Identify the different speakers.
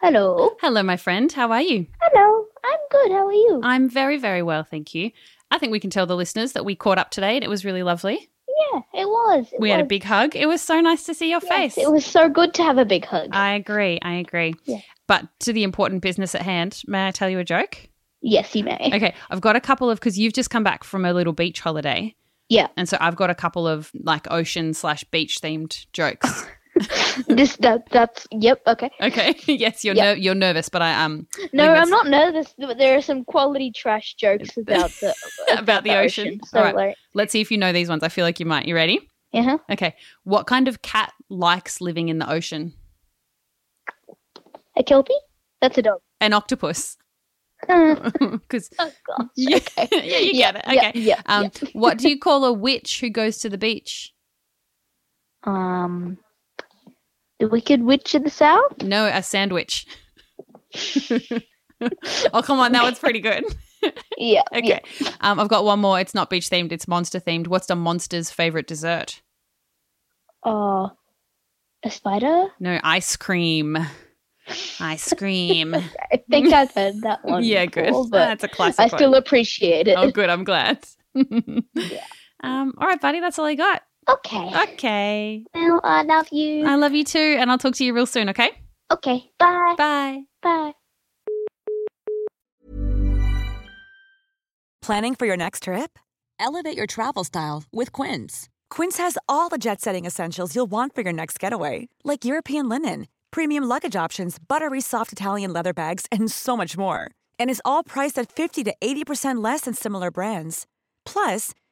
Speaker 1: Hello.
Speaker 2: Hello, my friend. How are you?
Speaker 1: Hello. I'm good. How are you?
Speaker 2: I'm very, very well, thank you. I think we can tell the listeners that we caught up today and it was really lovely.
Speaker 1: yeah, it was. It
Speaker 2: We had a
Speaker 1: was.
Speaker 2: big hug. It was so nice to see your
Speaker 1: Yes,
Speaker 2: face.
Speaker 1: It was so good to have a big hug.
Speaker 2: I agree. I agree.
Speaker 1: Yeah.
Speaker 2: But to the important business at hand, may I tell you a joke?
Speaker 1: yes, you may.
Speaker 2: Okay, I've got a couple of because you've just come back from a little beach holiday.
Speaker 1: Yeah.
Speaker 2: And so I've got a couple of like ocean slash beach themed jokes.
Speaker 1: this that that's yep. Okay.
Speaker 2: Okay. yes, you're
Speaker 1: Yeah.
Speaker 2: ner- you're nervous, but I um
Speaker 1: No,
Speaker 2: think
Speaker 1: I'm
Speaker 2: that's-
Speaker 1: not nervous, but there are some quality trash jokes about the
Speaker 2: about the ocean.
Speaker 1: So
Speaker 2: All right.
Speaker 1: like,
Speaker 2: Let's see if you know these ones. I feel like you might. You ready?
Speaker 1: uh-huh.
Speaker 2: Okay. What kind of cat likes living in the ocean?
Speaker 1: a kelpie. That's a dog.
Speaker 2: An octopus.
Speaker 1: Uh,
Speaker 2: Because
Speaker 1: oh gosh.
Speaker 2: yeah,
Speaker 1: Okay.
Speaker 2: yeah, you
Speaker 1: Yeah,
Speaker 2: get it.
Speaker 1: yeah,
Speaker 2: Okay.
Speaker 1: Yeah.
Speaker 2: Um, what do you call a witch who goes to the beach?
Speaker 1: yeah. Um. The Wicked Witch of the South.
Speaker 2: No, a sandwich. oh come on, that one's pretty good.
Speaker 1: Yeah.
Speaker 2: Okay.
Speaker 1: yeah.
Speaker 2: Um, I've got one more. It's not beach themed, it's monster themed. What's the monster's favorite dessert?
Speaker 1: Uh, a spider.
Speaker 2: No, ice cream. Ice cream.
Speaker 1: I think I've heard that one.
Speaker 2: yeah, good.
Speaker 1: before, but
Speaker 2: That's a classic
Speaker 1: I
Speaker 2: one.
Speaker 1: still appreciate it.
Speaker 2: Oh, good. I'm glad. Um, all right, buddy. That's all I got.
Speaker 1: Okay.
Speaker 2: Okay.
Speaker 1: Well, I love you.
Speaker 2: I love you too. And I'll talk to you real soon. Okay.
Speaker 1: okay. Bye.
Speaker 2: Bye.
Speaker 1: Bye.
Speaker 3: Planning for your next trip? Elevate your travel style with Quince. Quince has all the jet setting essentials you'll want for your next getaway, like European linen, premium luggage options, buttery soft Italian leather bags, and so much more. And is all priced at 50 to 80% less than similar brands. Plus,